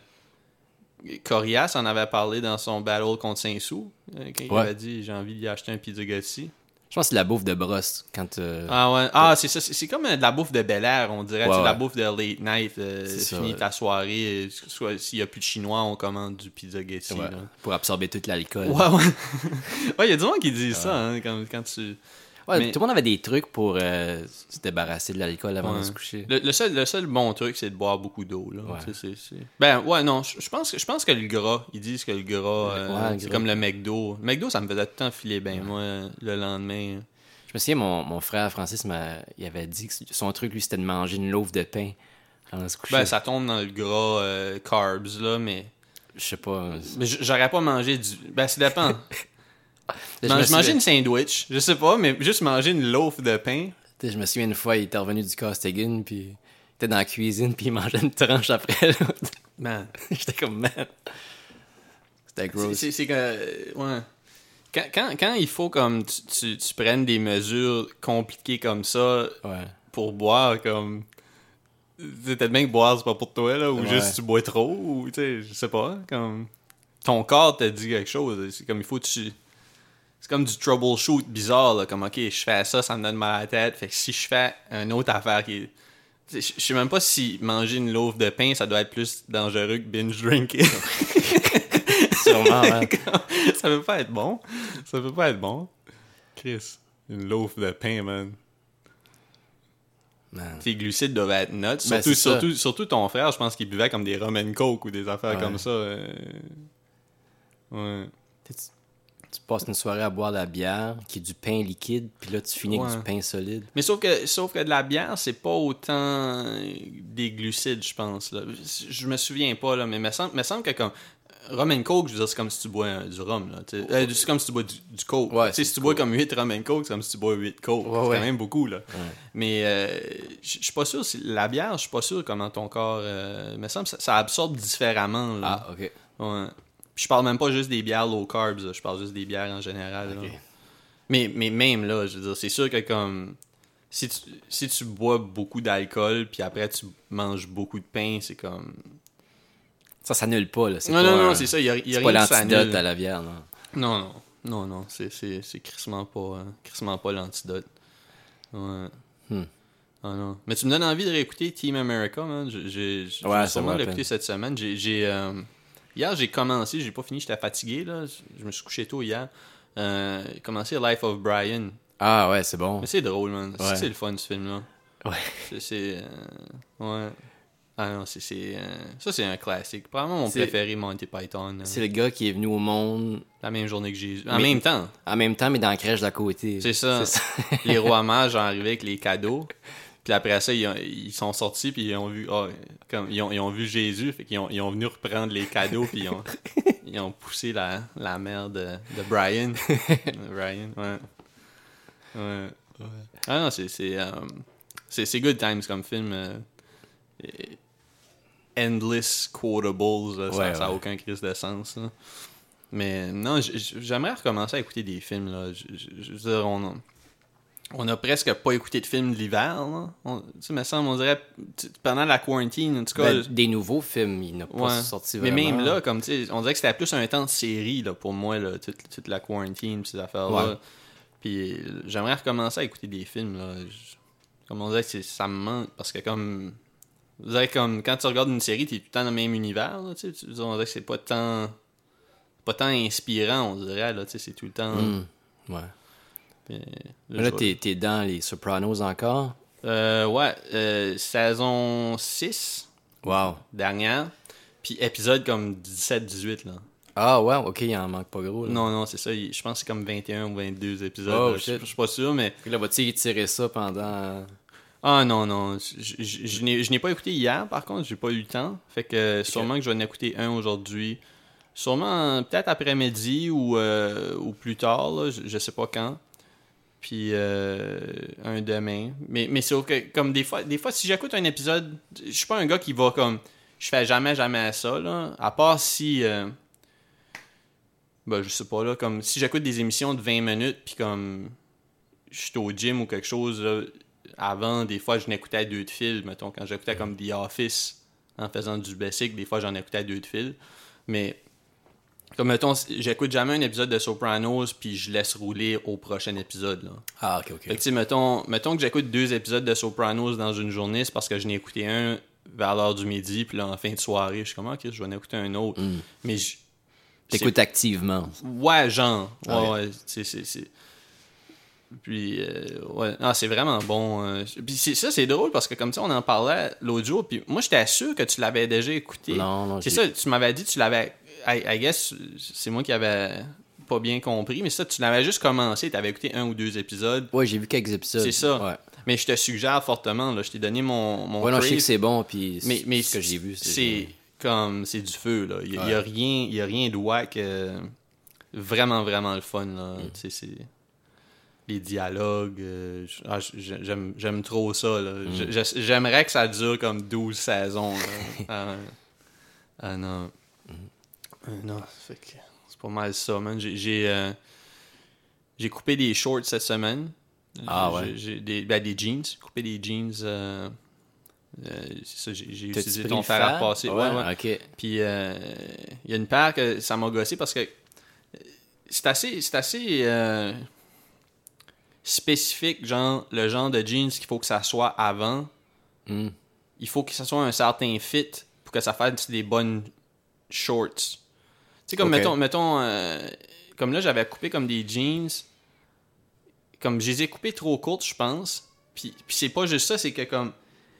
Speaker 2: Corias en avait parlé dans son battle contre Saint-Sou. euh, quand il
Speaker 1: Ouais.
Speaker 2: avait dit J'ai envie d'y acheter un pizza Gotti.
Speaker 1: Je pense que c'est la bouffe de brosse quand. euh,
Speaker 2: Ah ouais. Ah, c'est ça. C'est c'est comme euh, de la bouffe de Bel Air, on dirait.
Speaker 1: Ouais,
Speaker 2: tu sais, de la
Speaker 1: ouais.
Speaker 2: bouffe de late night. euh,
Speaker 1: C'est ça,
Speaker 2: finis
Speaker 1: ouais.
Speaker 2: ta soirée. euh, soit S'il n'y a plus de chinois, on commande du pizza Getty.
Speaker 1: ouais,
Speaker 2: là.
Speaker 1: pour absorber tout l'alcool.
Speaker 2: Ouais, ouais. ouais, il y a du monde qui dit ça hein, quand, quand tu.
Speaker 1: Ouais,
Speaker 2: Mais-
Speaker 1: Tout le monde avait des trucs pour euh, se débarrasser de l'alcool avant
Speaker 2: Ouais.
Speaker 1: de se coucher.
Speaker 2: Le, le seul, le seul bon truc, c'est de boire beaucoup d'eau. là.
Speaker 1: Ouais.
Speaker 2: Tu sais, c'est- c'est- Ben ouais, non. Je je pense, que- je pense que le gras, ils disent que le gras, euh,
Speaker 1: Ouais, le
Speaker 2: c'est
Speaker 1: gras.
Speaker 2: comme le McDo. Le McDo, ça me faisait tout le temps filer ben moi le lendemain.
Speaker 1: Je me souviens, mon, mon frère Francis, m'a, il avait dit que son truc, lui, c'était de manger une loaf de pain avant de se coucher.
Speaker 2: Ben, ça tombe dans le gras euh, carbs, là, mais.
Speaker 1: Je sais pas.
Speaker 2: Mais j- j'aurais pas mangé du. Ben, ça dépend.
Speaker 1: Je
Speaker 2: Man-
Speaker 1: me
Speaker 2: je mangeais
Speaker 1: souviens-
Speaker 2: une sandwich, je sais pas, mais juste manger une loaf de pain.
Speaker 1: Tu sais, Je me souviens une fois, il était revenu du Costigan, puis il était dans la cuisine, puis il mangeait une tranche après l'autre.
Speaker 2: Man,
Speaker 1: J'étais comme, man. C'était
Speaker 2: c'est-
Speaker 1: gross.
Speaker 2: c'est c'est que. euh, Ouais. Quand, quand, quand il faut comme tu, tu, tu prennes des mesures compliquées comme ça
Speaker 1: Ouais.
Speaker 2: pour boire, comme. C'est peut-être bien que boire, c'est pas pour toi, là, ou
Speaker 1: Ouais.
Speaker 2: juste tu bois trop, ou tu sais, je sais pas, comme. Ton corps te dit quelque chose, c'est comme il faut que tu. C'est comme du troubleshoot bizarre, là, comme ok, je fais ça, ça me donne mal à la tête, fait que si je fais une autre affaire qui est. Tu sais, Je je sais même pas si manger une loaf de pain, ça doit être plus dangereux que binge drinking.
Speaker 1: Sûrement, ouais.
Speaker 2: ça peut pas être bon. Ça peut pas être bon. Chris, une loaf de pain, man.
Speaker 1: Man.
Speaker 2: Tes glucides doivent être nuts.
Speaker 1: Ben,
Speaker 2: Surtout,
Speaker 1: c'est ça.
Speaker 2: surtout, surtout ton frère, je pense qu'il buvait comme des rum and coke ou des affaires
Speaker 1: Ouais.
Speaker 2: comme ça. euh. Ouais.
Speaker 1: Tu, tu passes une soirée à boire de la bière, qui est du pain liquide, puis là, tu finis
Speaker 2: Ouais.
Speaker 1: avec du pain solide.
Speaker 2: Mais sauf que, sauf que de la bière, c'est pas autant euh, des glucides, je pense. Là. Je me souviens pas, là, mais il me semble, me semble que comme. Rum and Coke, je veux dire, c'est comme si tu bois euh, du rhum. là, tu sais. Euh, c'est comme si tu bois du, du Coke.
Speaker 1: Ouais,
Speaker 2: Tu
Speaker 1: c'est
Speaker 2: sais, si
Speaker 1: du
Speaker 2: tu bois comme 8 Rum and Coke, c'est comme si tu bois 8
Speaker 1: Ouais,
Speaker 2: Coke. c'est
Speaker 1: ouais.
Speaker 2: quand même beaucoup. là. Mais euh, je je suis pas sûr. Si, la bière, je suis pas sûr comment ton corps. euh, me semble que ça, ça absorbe différemment. Là.
Speaker 1: Ah, ok.
Speaker 2: Ouais. Puis je parle même pas juste des bières low carbs, là. je parle juste des bières en général. là.
Speaker 1: Ok.
Speaker 2: Mais, mais même là, je veux dire, c'est sûr que comme si tu, si tu bois beaucoup d'alcool puis après tu manges beaucoup de pain, c'est comme
Speaker 1: Ça s'annule pas, là. c'est
Speaker 2: Non
Speaker 1: pas
Speaker 2: non non,
Speaker 1: un-
Speaker 2: c'est ça, il y a, y a
Speaker 1: C'est
Speaker 2: rien
Speaker 1: pas
Speaker 2: qui
Speaker 1: l'antidote
Speaker 2: s'annule.
Speaker 1: à la bière, non.
Speaker 2: Non non. Non non, c'est c'est c'est crissement pas euh, crissement pas l'antidote. Ouais.
Speaker 1: Hmm.
Speaker 2: Ah non. Mais tu me donnes envie de réécouter Team America, man. Je- J'ai j'ai-
Speaker 1: Ouais, ça
Speaker 2: je vais
Speaker 1: vaut
Speaker 2: sûrement
Speaker 1: la
Speaker 2: l'écouter
Speaker 1: peine.
Speaker 2: cette semaine. J'ai, j'ai, euh, hier, j'ai commencé, j'ai pas fini, j'étais fatigué. Là. Je- Je me suis couché tôt hier. Euh, j'ai commencé Life of Brian.
Speaker 1: Ah, ouais, c'est bon.
Speaker 2: Mais c'est drôle, man. C'est-
Speaker 1: Ouais.
Speaker 2: C'est le fun, ce film-là.
Speaker 1: Ouais.
Speaker 2: C'est. c'est, euh, ouais. Ah non, c'est. c'est, euh, ça, c'est un classique. Probablement mon
Speaker 1: C'est-
Speaker 2: préféré, Monty Python. euh,
Speaker 1: C'est le gars qui est venu au monde
Speaker 2: La même journée que Jésus. En
Speaker 1: Mais-
Speaker 2: même temps.
Speaker 1: en même temps, mais dans la crèche d'à côté.
Speaker 2: C'est ça. les rois mages sont arrivés avec les cadeaux. Puis après ça, ils, ont- ils sont sortis, puis ils ont vu, ah, comme, ils, ont, ils ont vu Jésus, fait qu'ils ont, ils ont venu reprendre les cadeaux, puis ils ont, ils ont poussé la, la mère de, de Brian. Brian, ouais. Ouais. Ah non, c'est. C'est euh, c'est- c'est Good Times comme film. euh, et- endless quotables, là, ça-
Speaker 1: Ouais,
Speaker 2: ça n'a
Speaker 1: ouais.
Speaker 2: aucun crise de sens. là. Mais non, j- j- j'aimerais recommencer à écouter des films. Là. J- j- Je veux dire, on, on a presque pas écouté de films de l'hiver. là. On- Tu sais, me semble, on dirait tu- pendant la quarantine, en tout cas.
Speaker 1: Ben, des nouveaux films, il n'a pas
Speaker 2: Ouais.
Speaker 1: sorti
Speaker 2: Mais
Speaker 1: vraiment.
Speaker 2: même là, comme tu sais, on dirait que c'était plus un temps de série là, pour moi, là, toute, toute la quarantine, pis ces affaires-là.
Speaker 1: Ouais.
Speaker 2: Puis euh, j'aimerais recommencer à écouter des films. Là. Je- Comme on dirait que c'est- ça me manque parce que comme. on dirait comme quand tu regardes une série, t'es tout le temps dans le même univers. Là, tu sais. Tu- on dirait que c'est pas tant. Pas tant inspirant, on dirait, là, tu sais, c'est tout le temps.
Speaker 1: Hmm. Ouais.
Speaker 2: Puis, là,
Speaker 1: Mais là,
Speaker 2: je-
Speaker 1: t'es t'es dans les Sopranos encore.
Speaker 2: Euh, ouais, euh, saison 6,
Speaker 1: Wow.
Speaker 2: dernière, puis épisode comme 17-18, là.
Speaker 1: Ah ouais, ok, il en manque pas gros. Là,
Speaker 2: Non, non, c'est ça. il- Je pense que c'est comme 21 ou 22 épisodes.
Speaker 1: Oh,
Speaker 2: là, je,
Speaker 1: shit.
Speaker 2: je suis pas sûr, mais.
Speaker 1: Fait que là va-t-il étirer ça pendant.
Speaker 2: Ah non, non. Je, je- je n'ai- je n'ai pas écouté hier, par contre. J'ai pas eu le temps. Fait que euh, sûrement que je vais en écouter un aujourd'hui. Sûrement euh, peut-être après-midi ou, euh, ou plus tard. là, je, je sais pas quand. Puis euh, un demain. Mais, mais c'est ok. Comme des fois, des fois, si j'écoute un épisode, je suis pas un gars qui va comme. Je fais jamais, jamais ça, là. À part si. euh, ben, je sais pas, là. Comme si j'écoute des émissions de 20 minutes, puis comme. Je suis au gym ou quelque chose, là, avant, des fois, je n'écoutais deux de fil. Mettons, quand j'écoutais comme The Office en faisant du basic, des fois, j'en écoutais deux de fil. Mais, comme mettons, si- j'écoute jamais un épisode de Sopranos, puis je laisse rouler au prochain épisode. Là.
Speaker 1: Ah, ok, ok.
Speaker 2: Fait que, tu sais, mettons, mettons que j'écoute deux épisodes de Sopranos dans une journée, c'est parce que je n'ai écouté un vers l'heure du midi, puis là, en fin de soirée, je suis comme, ok, je vais en écouter un autre. Mais je-
Speaker 1: T'écoutes activement.
Speaker 2: Ouais, genre. Ouais,
Speaker 1: Ah ouais.
Speaker 2: ouais. C'est, c'est, c'est- Puis, euh, ouais. Ah, c'est vraiment bon. euh. Puis c'est- ça, c'est drôle parce que comme ça, on en parlait l'autre jour. Puis moi, j'étais sûr que tu l'avais déjà écouté.
Speaker 1: Non, non,
Speaker 2: C'est
Speaker 1: j'ai-
Speaker 2: ça, tu m'avais dit, tu l'avais. I, I guess, c'est moi qui avais pas bien compris. Mais ça, tu l'avais juste commencé. Tu avais écouté un ou deux épisodes.
Speaker 1: Ouais, j'ai vu quelques épisodes.
Speaker 2: C'est ça.
Speaker 1: Ouais.
Speaker 2: Mais je te suggère fortement. Là, je t'ai donné mon. mon
Speaker 1: Ouais, non, je sais
Speaker 2: crave.
Speaker 1: que c'est bon, puis c-
Speaker 2: Mais, mais
Speaker 1: ce que j'ai vu,
Speaker 2: c'est comme c'est du feu là. Il y, a- il y a
Speaker 1: Ouais.
Speaker 2: rien, il y a rien de whack. euh, vraiment vraiment le fun là.
Speaker 1: Mm.
Speaker 2: Tu sais, c'est les dialogues. euh, j- ah, j- j'aime j'aime trop ça là.
Speaker 1: Mm.
Speaker 2: J- j'ess- J'aimerais que ça dure comme 12 saisons. là. ah, ah, non.
Speaker 1: Mm.
Speaker 2: Ah, non, fait que c'est pas mal ça man. J'ai j'ai euh, j'ai coupé des shorts cette semaine.
Speaker 1: Ah,
Speaker 2: J'ai-
Speaker 1: ouais.
Speaker 2: J'ai des, ben, des jeans, coupé des jeans. euh, euh, c'est ça, j'ai j'ai
Speaker 1: T'as-tu
Speaker 2: utilisé
Speaker 1: pris
Speaker 2: ton
Speaker 1: le
Speaker 2: fer à
Speaker 1: fer?
Speaker 2: repasser. Ouais, ouais.
Speaker 1: Ok.
Speaker 2: Puis euh, il y a une paire que ça m'a gossé parce que euh, c'est assez, c'est assez euh, spécifique, genre le genre de jeans qu'il faut que ça soit avant.
Speaker 1: Hmm.
Speaker 2: Il faut que ça soit un certain fit pour que ça fasse des bonnes shorts. Tu sais, comme
Speaker 1: Ok.
Speaker 2: mettons, mettons euh, comme là j'avais coupé comme des jeans, comme je les ai coupés trop courtes, je pense. Puis, puis c'est pas juste ça, c'est que comme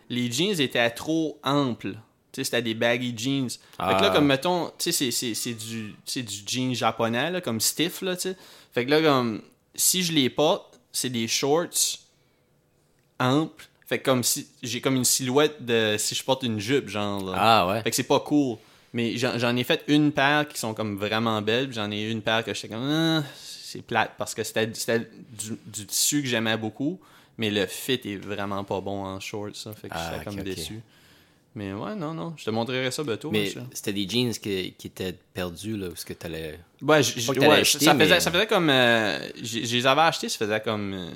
Speaker 2: les jeans étaient trop amples. Tu sais, c'était des baggy jeans. Fait que
Speaker 1: Ah.
Speaker 2: là, comme mettons, tu sais, c'est- c'est- c'est du, c'est du jean japonais, là, comme stiff, là, tu sais. Fait que là, comme, si je les porte, c'est des shorts amples. Fait que comme si, j'ai comme une silhouette de si je porte une jupe, genre, là.
Speaker 1: Ah ouais.
Speaker 2: Fait que c'est pas cool. Mais j'en j'en ai fait une paire qui sont comme vraiment belles, puis j'en ai une paire que j'étais comme Ah, c'est plate parce que c'était c'était du, du tissu que j'aimais beaucoup, mais le fit est vraiment pas bon en short, ça fait que
Speaker 1: Ah,
Speaker 2: j'étais
Speaker 1: ok,
Speaker 2: comme
Speaker 1: ok.
Speaker 2: déçu. Mais ouais, non, non, je te montrerai ça bientôt.
Speaker 1: Mais
Speaker 2: hein,
Speaker 1: c'était des jeans qui, qui étaient perdus, là, où ce que t'allais.
Speaker 2: ça. ouais, j- j-
Speaker 1: Pas que t'avais
Speaker 2: ouais,
Speaker 1: acheté,
Speaker 2: ça,
Speaker 1: mais-
Speaker 2: faisait, ça faisait comme euh, j'ai- je les avais achetés, ça faisait comme euh,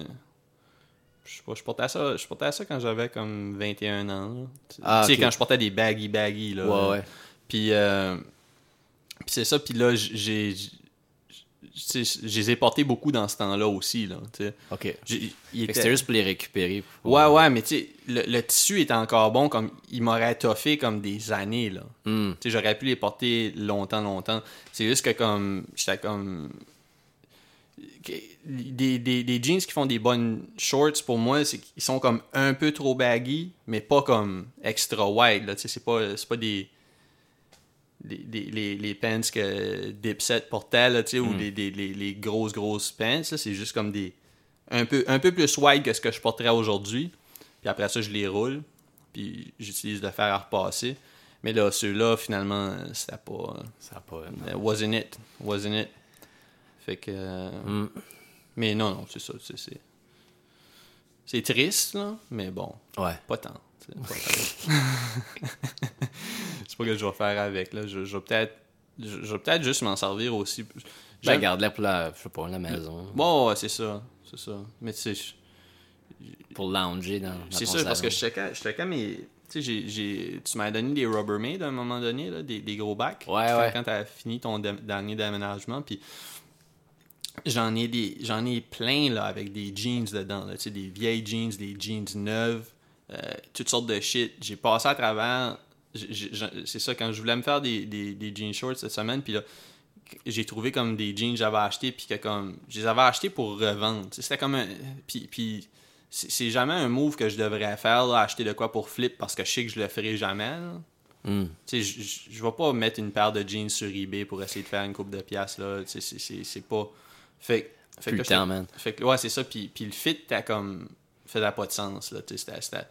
Speaker 2: je sais pas, je portais ça, je portais ça quand j'avais comme 21 ans. là. Tu-
Speaker 1: Ah,
Speaker 2: tu sais
Speaker 1: ok.
Speaker 2: quand je portais des baggy baggy là.
Speaker 1: Ouais, ouais.
Speaker 2: Puis, euh, puis c'est ça. Puis là, j'ai. j'ai- j'ai- Je les ai portés beaucoup dans ce temps-là aussi. Là, tu sais.
Speaker 1: Ok.
Speaker 2: J'ai- il
Speaker 1: Fait que
Speaker 2: était-
Speaker 1: c'était juste pour les récupérer. pour-
Speaker 2: Ouais, ouais, mais tu sais, le, le tissu était encore bon. comme Il m'aurait toffé comme des années. là.
Speaker 1: Hmm.
Speaker 2: Tu sais, J'aurais pu les porter longtemps, longtemps. C'est juste que comme. J'étais comme. que- Des, des, des jeans qui font des bonnes shorts pour moi, c'est qu'ils sont comme un peu trop baggy, mais pas comme extra wide. Là. Tu sais, C'est pas, c'est pas des, des, des- les, les pants que Dipset portait, là, tu sais, ou les, les- les- les grosses, grosses pants. là. C'est juste comme des. Un peu, un peu plus wide que ce que je porterais aujourd'hui. Puis après ça, je les roule. Puis j'utilise le fer à repasser. Mais là, ceux-là, finalement, euh, c'était pas.
Speaker 1: Ça a pas.
Speaker 2: euh, Wasn't it. Wasn't
Speaker 1: Hmm.
Speaker 2: it. Fait que. euh, Mais non, non, c'est ça. c'est- c'est- C'est triste, là, mais bon,
Speaker 1: Ouais.
Speaker 2: pas tant. tu sais, pas tant. Je sais pas ce que je vais faire avec, là. Je, je vais peut-être je, je vais peut-être juste m'en servir aussi.
Speaker 1: Je la
Speaker 2: J'aime-
Speaker 1: garde là pour la, je sais pas, la maison.
Speaker 2: Bon, ouais, c'est ça. C'est ça. Mais tu sais, je-
Speaker 1: Pour longer dans dans
Speaker 2: c'est
Speaker 1: ton
Speaker 2: ça, parce que
Speaker 1: salon.
Speaker 2: je checkais, je checkais mes. Tu sais, j'ai- j'ai- tu m'as donné des Rubbermaid à un moment donné, là, des, des gros bacs.
Speaker 1: Ouais,
Speaker 2: quand,
Speaker 1: ouais.
Speaker 2: Quand t'as fini ton dé- dernier déménagement, puis j'en ai des, j'en ai plein là avec des jeans dedans, là, tu sais, des vieilles jeans, des jeans neuves, euh, toutes sortes de shit. J'ai passé à travers. j'ai- j'ai- j'ai- C'est ça, quand je voulais me faire des, des, des jeans shorts cette semaine, puis là, j'ai trouvé comme des jeans que j'avais achetés puis que comme je les avais achetés pour revendre Tu sais, c'était comme un puis, puis c'est c'est jamais un move que je devrais faire là, acheter de quoi pour flip parce que je sais que je le ferai jamais là.
Speaker 1: Hmm.
Speaker 2: Tu sais, je- je je vais pas mettre une paire de jeans sur eBay pour essayer de faire une coupe de pièces là Tu sais, c'est c'est- c'est pas fait que-
Speaker 1: Plus
Speaker 2: fait que
Speaker 1: le
Speaker 2: j'étais-
Speaker 1: temps, man.
Speaker 2: fait que, ouais, c'est ça. Puis, puis le fit, t'as comme. faisait pas de sens, là. tu sais, c'était- c'était-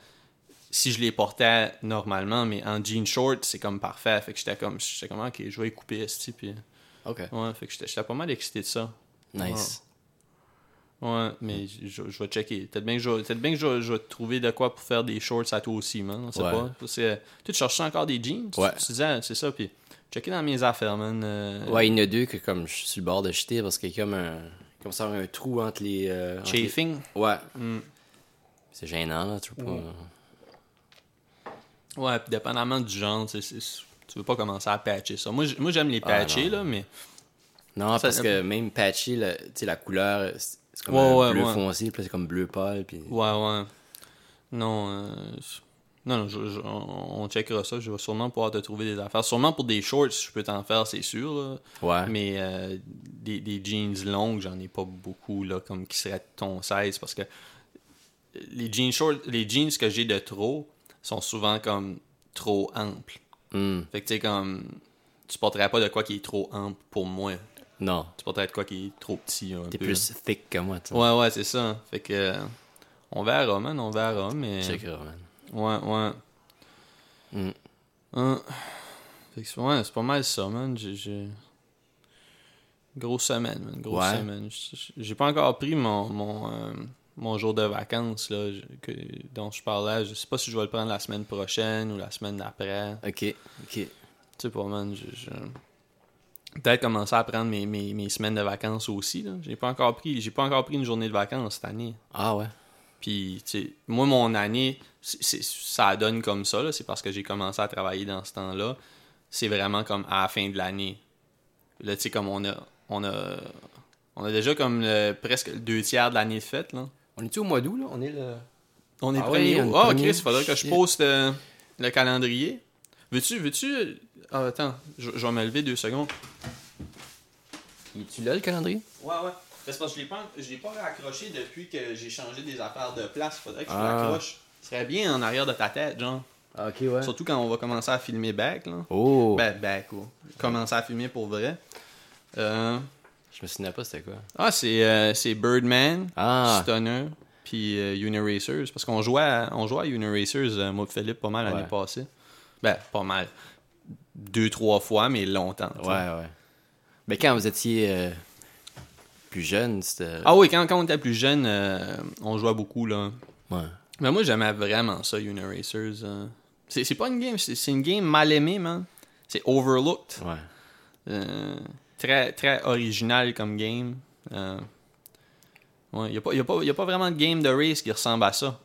Speaker 2: Si je les portais normalement, mais en jean short, c'est comme parfait. Fait que j'étais comme. J'étais comme, ok, je vais les couper, esti, puis.
Speaker 1: OK.
Speaker 2: Ouais, fait que j'étais j'étais pas mal excité de ça.
Speaker 1: Nice.
Speaker 2: Ouais, mais je, je vais checker. Peut-être bien que, je, vais- peut-être bien que je, vais- je vais te trouver de quoi pour faire des shorts à toi aussi, man. On sait
Speaker 1: Ouais.
Speaker 2: pas. Parce que, tu cherches encore des jeans? Tu-
Speaker 1: Ouais.
Speaker 2: Tu, disais, hein, c'est ça, puis checker dans mes affaires, man. euh,
Speaker 1: Ouais, il y en a deux que comme je suis sur le bord de jeter parce qu'il y a comme un, comme ça, un trou entre les. euh, entre les-
Speaker 2: Chafing.
Speaker 1: Ouais.
Speaker 2: Mm.
Speaker 1: C'est gênant, là, tu veux pas.
Speaker 2: Ouais, puis dépendamment du genre, tu sais, c'est- tu veux pas commencer à patcher ça. Moi, j- moi, j'aime les
Speaker 1: Ah,
Speaker 2: patcher, là, mais
Speaker 1: Non,
Speaker 2: Ça- euh,
Speaker 1: parce que même patchy, le- tu sais, la couleur, c'est c'est comme
Speaker 2: Ouais,
Speaker 1: un
Speaker 2: ouais,
Speaker 1: bleu
Speaker 2: ouais.
Speaker 1: foncé, puis là, c'est comme bleu pâle, puis.
Speaker 2: ouais, ouais. Non, euh, je- non, non, je- je- on, on checkera ça. Je vais sûrement pouvoir te trouver des affaires. Sûrement pour des shorts, je peux t'en faire, c'est sûr. là.
Speaker 1: Ouais.
Speaker 2: Mais euh, des, des jeans longues, j'en ai pas beaucoup, là, comme qui seraient de ton 16, parce que les jeans shorts, les jeans que j'ai de trop sont souvent comme trop amples.
Speaker 1: Hmm.
Speaker 2: Fait que tu sais, comme, tu porterais pas de quoi qui est trop ample pour moi.
Speaker 1: Non.
Speaker 2: Tu porterais de quoi qui est trop petit. un
Speaker 1: T'es
Speaker 2: peu,
Speaker 1: plus thick que moi, tu sais.
Speaker 2: là. Ouais, ouais, c'est ça. Fait que. euh, On verra, man, on verra, mais.
Speaker 1: Check it out, man.
Speaker 2: Ouais, ouais.
Speaker 1: Mm.
Speaker 2: Hein. Fait que c'est- ouais, c'est pas mal ça, man. J'ai. j'ai- Grosse semaine, man. Grosse
Speaker 1: Ouais.
Speaker 2: semaine. J- J'ai pas encore pris mon, mon, euh, mon jour de vacances là, je- que, dont je parlais. Je sais pas si je vais le prendre la semaine prochaine ou la semaine d'après.
Speaker 1: Ok, ok.
Speaker 2: Tu sais pas, man. Je, je- Peut-être commencer à prendre mes, mes, mes semaines de vacances aussi. Là. J'ai pas encore pris. J'ai pas encore pris une journée de vacances cette année.
Speaker 1: Ah ouais.
Speaker 2: Puis, tu sais, moi, mon année, c'est- c'est- ça donne comme ça, là. c'est parce que j'ai commencé à travailler dans ce temps-là. C'est vraiment comme à la fin de l'année. Là, tu sais, comme on a, on a, on a déjà comme le- presque le deux tiers de l'année de fête, là.
Speaker 1: On est-tu au mois d'août, là On est le.
Speaker 2: On est
Speaker 1: Ah oui,
Speaker 2: premier. au-
Speaker 1: on est
Speaker 2: Ah,
Speaker 1: premier.
Speaker 2: Chris, il faudrait que je
Speaker 1: Shit.
Speaker 2: poste euh, le calendrier. Veux-tu, veux-tu... ah, attends, je, je vais me lever deux secondes.
Speaker 1: tu là, le calendrier
Speaker 2: Ouais, ouais. C'est parce que je l'ai pas, je l'ai pas raccroché depuis que j'ai changé des affaires de place. Faudrait que je
Speaker 1: Ah.
Speaker 2: raccroche. Ce serait bien en arrière de ta tête, genre.
Speaker 1: Ok, ouais.
Speaker 2: Surtout quand on va commencer à filmer back, là.
Speaker 1: Oh
Speaker 2: Ben, back, ouais. Commencer à filmer pour vrai. Euh,
Speaker 1: Je me souvenais pas, c'était quoi
Speaker 2: Ah, c'est euh, c'est Birdman,
Speaker 1: Ah.
Speaker 2: Stunner, puis euh, Uniracers. Parce qu'on jouait, à- on jouait à Uniracers, euh, moi et Philippe, pas mal l'année
Speaker 1: Ouais.
Speaker 2: passée. Ben, pas mal. Deux, trois fois, mais longtemps. tu sais.
Speaker 1: Ouais, ouais. Mais quand vous étiez euh, plus jeune, c'était.
Speaker 2: Ah oui, quand, quand on était plus jeune, euh, on jouait beaucoup, là.
Speaker 1: Ouais.
Speaker 2: Mais moi, j'aimais vraiment ça, Uniracers. euh. C'est c'est pas une game, c'est c'est une game mal aimée, man. C'est overlooked.
Speaker 1: Ouais.
Speaker 2: Euh, très, très original comme game. Euh, ouais, y a, pas- y a pas- y a pas vraiment de game de race qui ressemble à ça.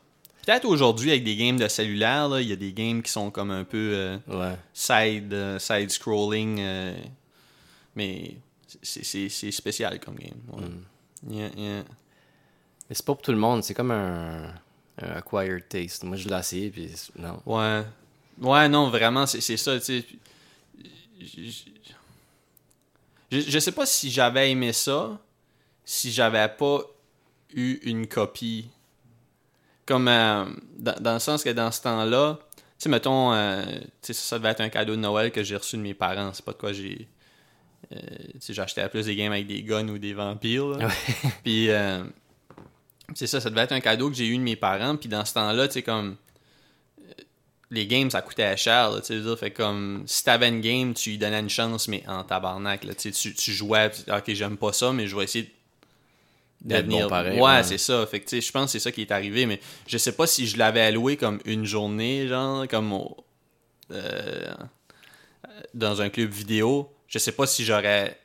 Speaker 2: Peut-être aujourd'hui, avec des games de cellulaire, il y a des games qui sont comme un peu euh,
Speaker 1: Ouais.
Speaker 2: side, euh, side-scrolling. euh, mais c'est- c'est c'est spécial comme game. ouais. Yeah, yeah.
Speaker 1: Mais c'est pas pour tout le monde, c'est comme un, un acquired taste. Moi, je l'ai essayé, puis c'est- non.
Speaker 2: Ouais. Ouais, non, vraiment, c'est c'est ça, tu sais. J- j- Je, je sais pas si j'avais aimé ça, si j'avais pas eu une copie. Comme, euh, dans, dans le sens que dans ce temps-là, tu sais, mettons, euh, tu sais, ça, ça devait être un cadeau de Noël que j'ai reçu de mes parents. C'est pas de quoi j'ai. euh, tu sais, j'achetais plus des games avec des guns ou des vampires, là. Puis, euh, c'est ça, ça devait être un cadeau que j'ai eu de mes parents. Puis dans ce temps-là, tu sais, comme euh, les games, ça coûtait cher. là, tu sais, je veux dire, fait comme si t'avais une game, tu lui donnais une chance, mais en tabarnak. Là, tu, sais, tu, tu jouais, puis, ok, j'aime pas ça, mais je vais essayer
Speaker 1: D'être
Speaker 2: devenir-
Speaker 1: bon pareil,
Speaker 2: ouais,
Speaker 1: ouais.
Speaker 2: c'est ça. Fait que, tu sais, je pense que c'est ça qui est arrivé, mais je sais pas si je l'avais alloué comme une journée, genre, comme au- euh, dans un club vidéo. Je sais pas si j'aurais.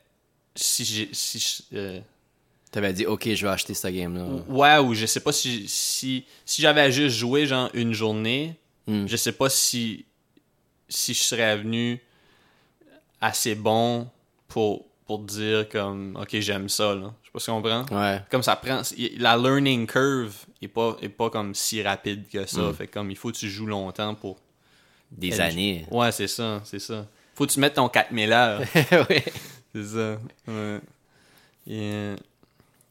Speaker 2: Si j'ai. Si, je- euh,
Speaker 1: T'avais dit, OK, je vais acheter ce game-là.
Speaker 2: ouais, ou je sais pas si. Si, si j'avais juste joué, genre, une journée,
Speaker 1: Hmm.
Speaker 2: je sais pas si. Si je serais venu assez bon pour, pour dire, comme, OK, j'aime ça, là. Je sais pas si on comprend
Speaker 1: Ouais.
Speaker 2: comme ça prend y- la learning curve est pas est pas comme si rapide que
Speaker 1: Hmm.
Speaker 2: ça fait que comme il faut que tu joues longtemps pour
Speaker 1: Des
Speaker 2: Elle-
Speaker 1: années.
Speaker 2: ouais c'est ça c'est ça faut que tu mettes ton 4000 heures
Speaker 1: ouais.
Speaker 2: c'est ça ouais Et, euh,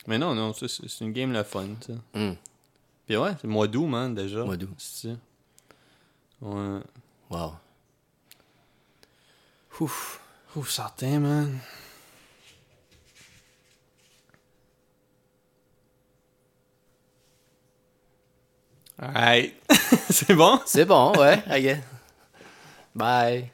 Speaker 2: mais non non ça, c'est c'est une game le fun ça
Speaker 1: Hmm.
Speaker 2: puis ouais c'est le mois d'août man déjà
Speaker 1: Mois d'août.
Speaker 2: c'est ça ouais
Speaker 1: Wow. Ouf.
Speaker 2: ouf certain man Alright. c'est bon?
Speaker 1: C'est bon, ouais. I guess. Bye.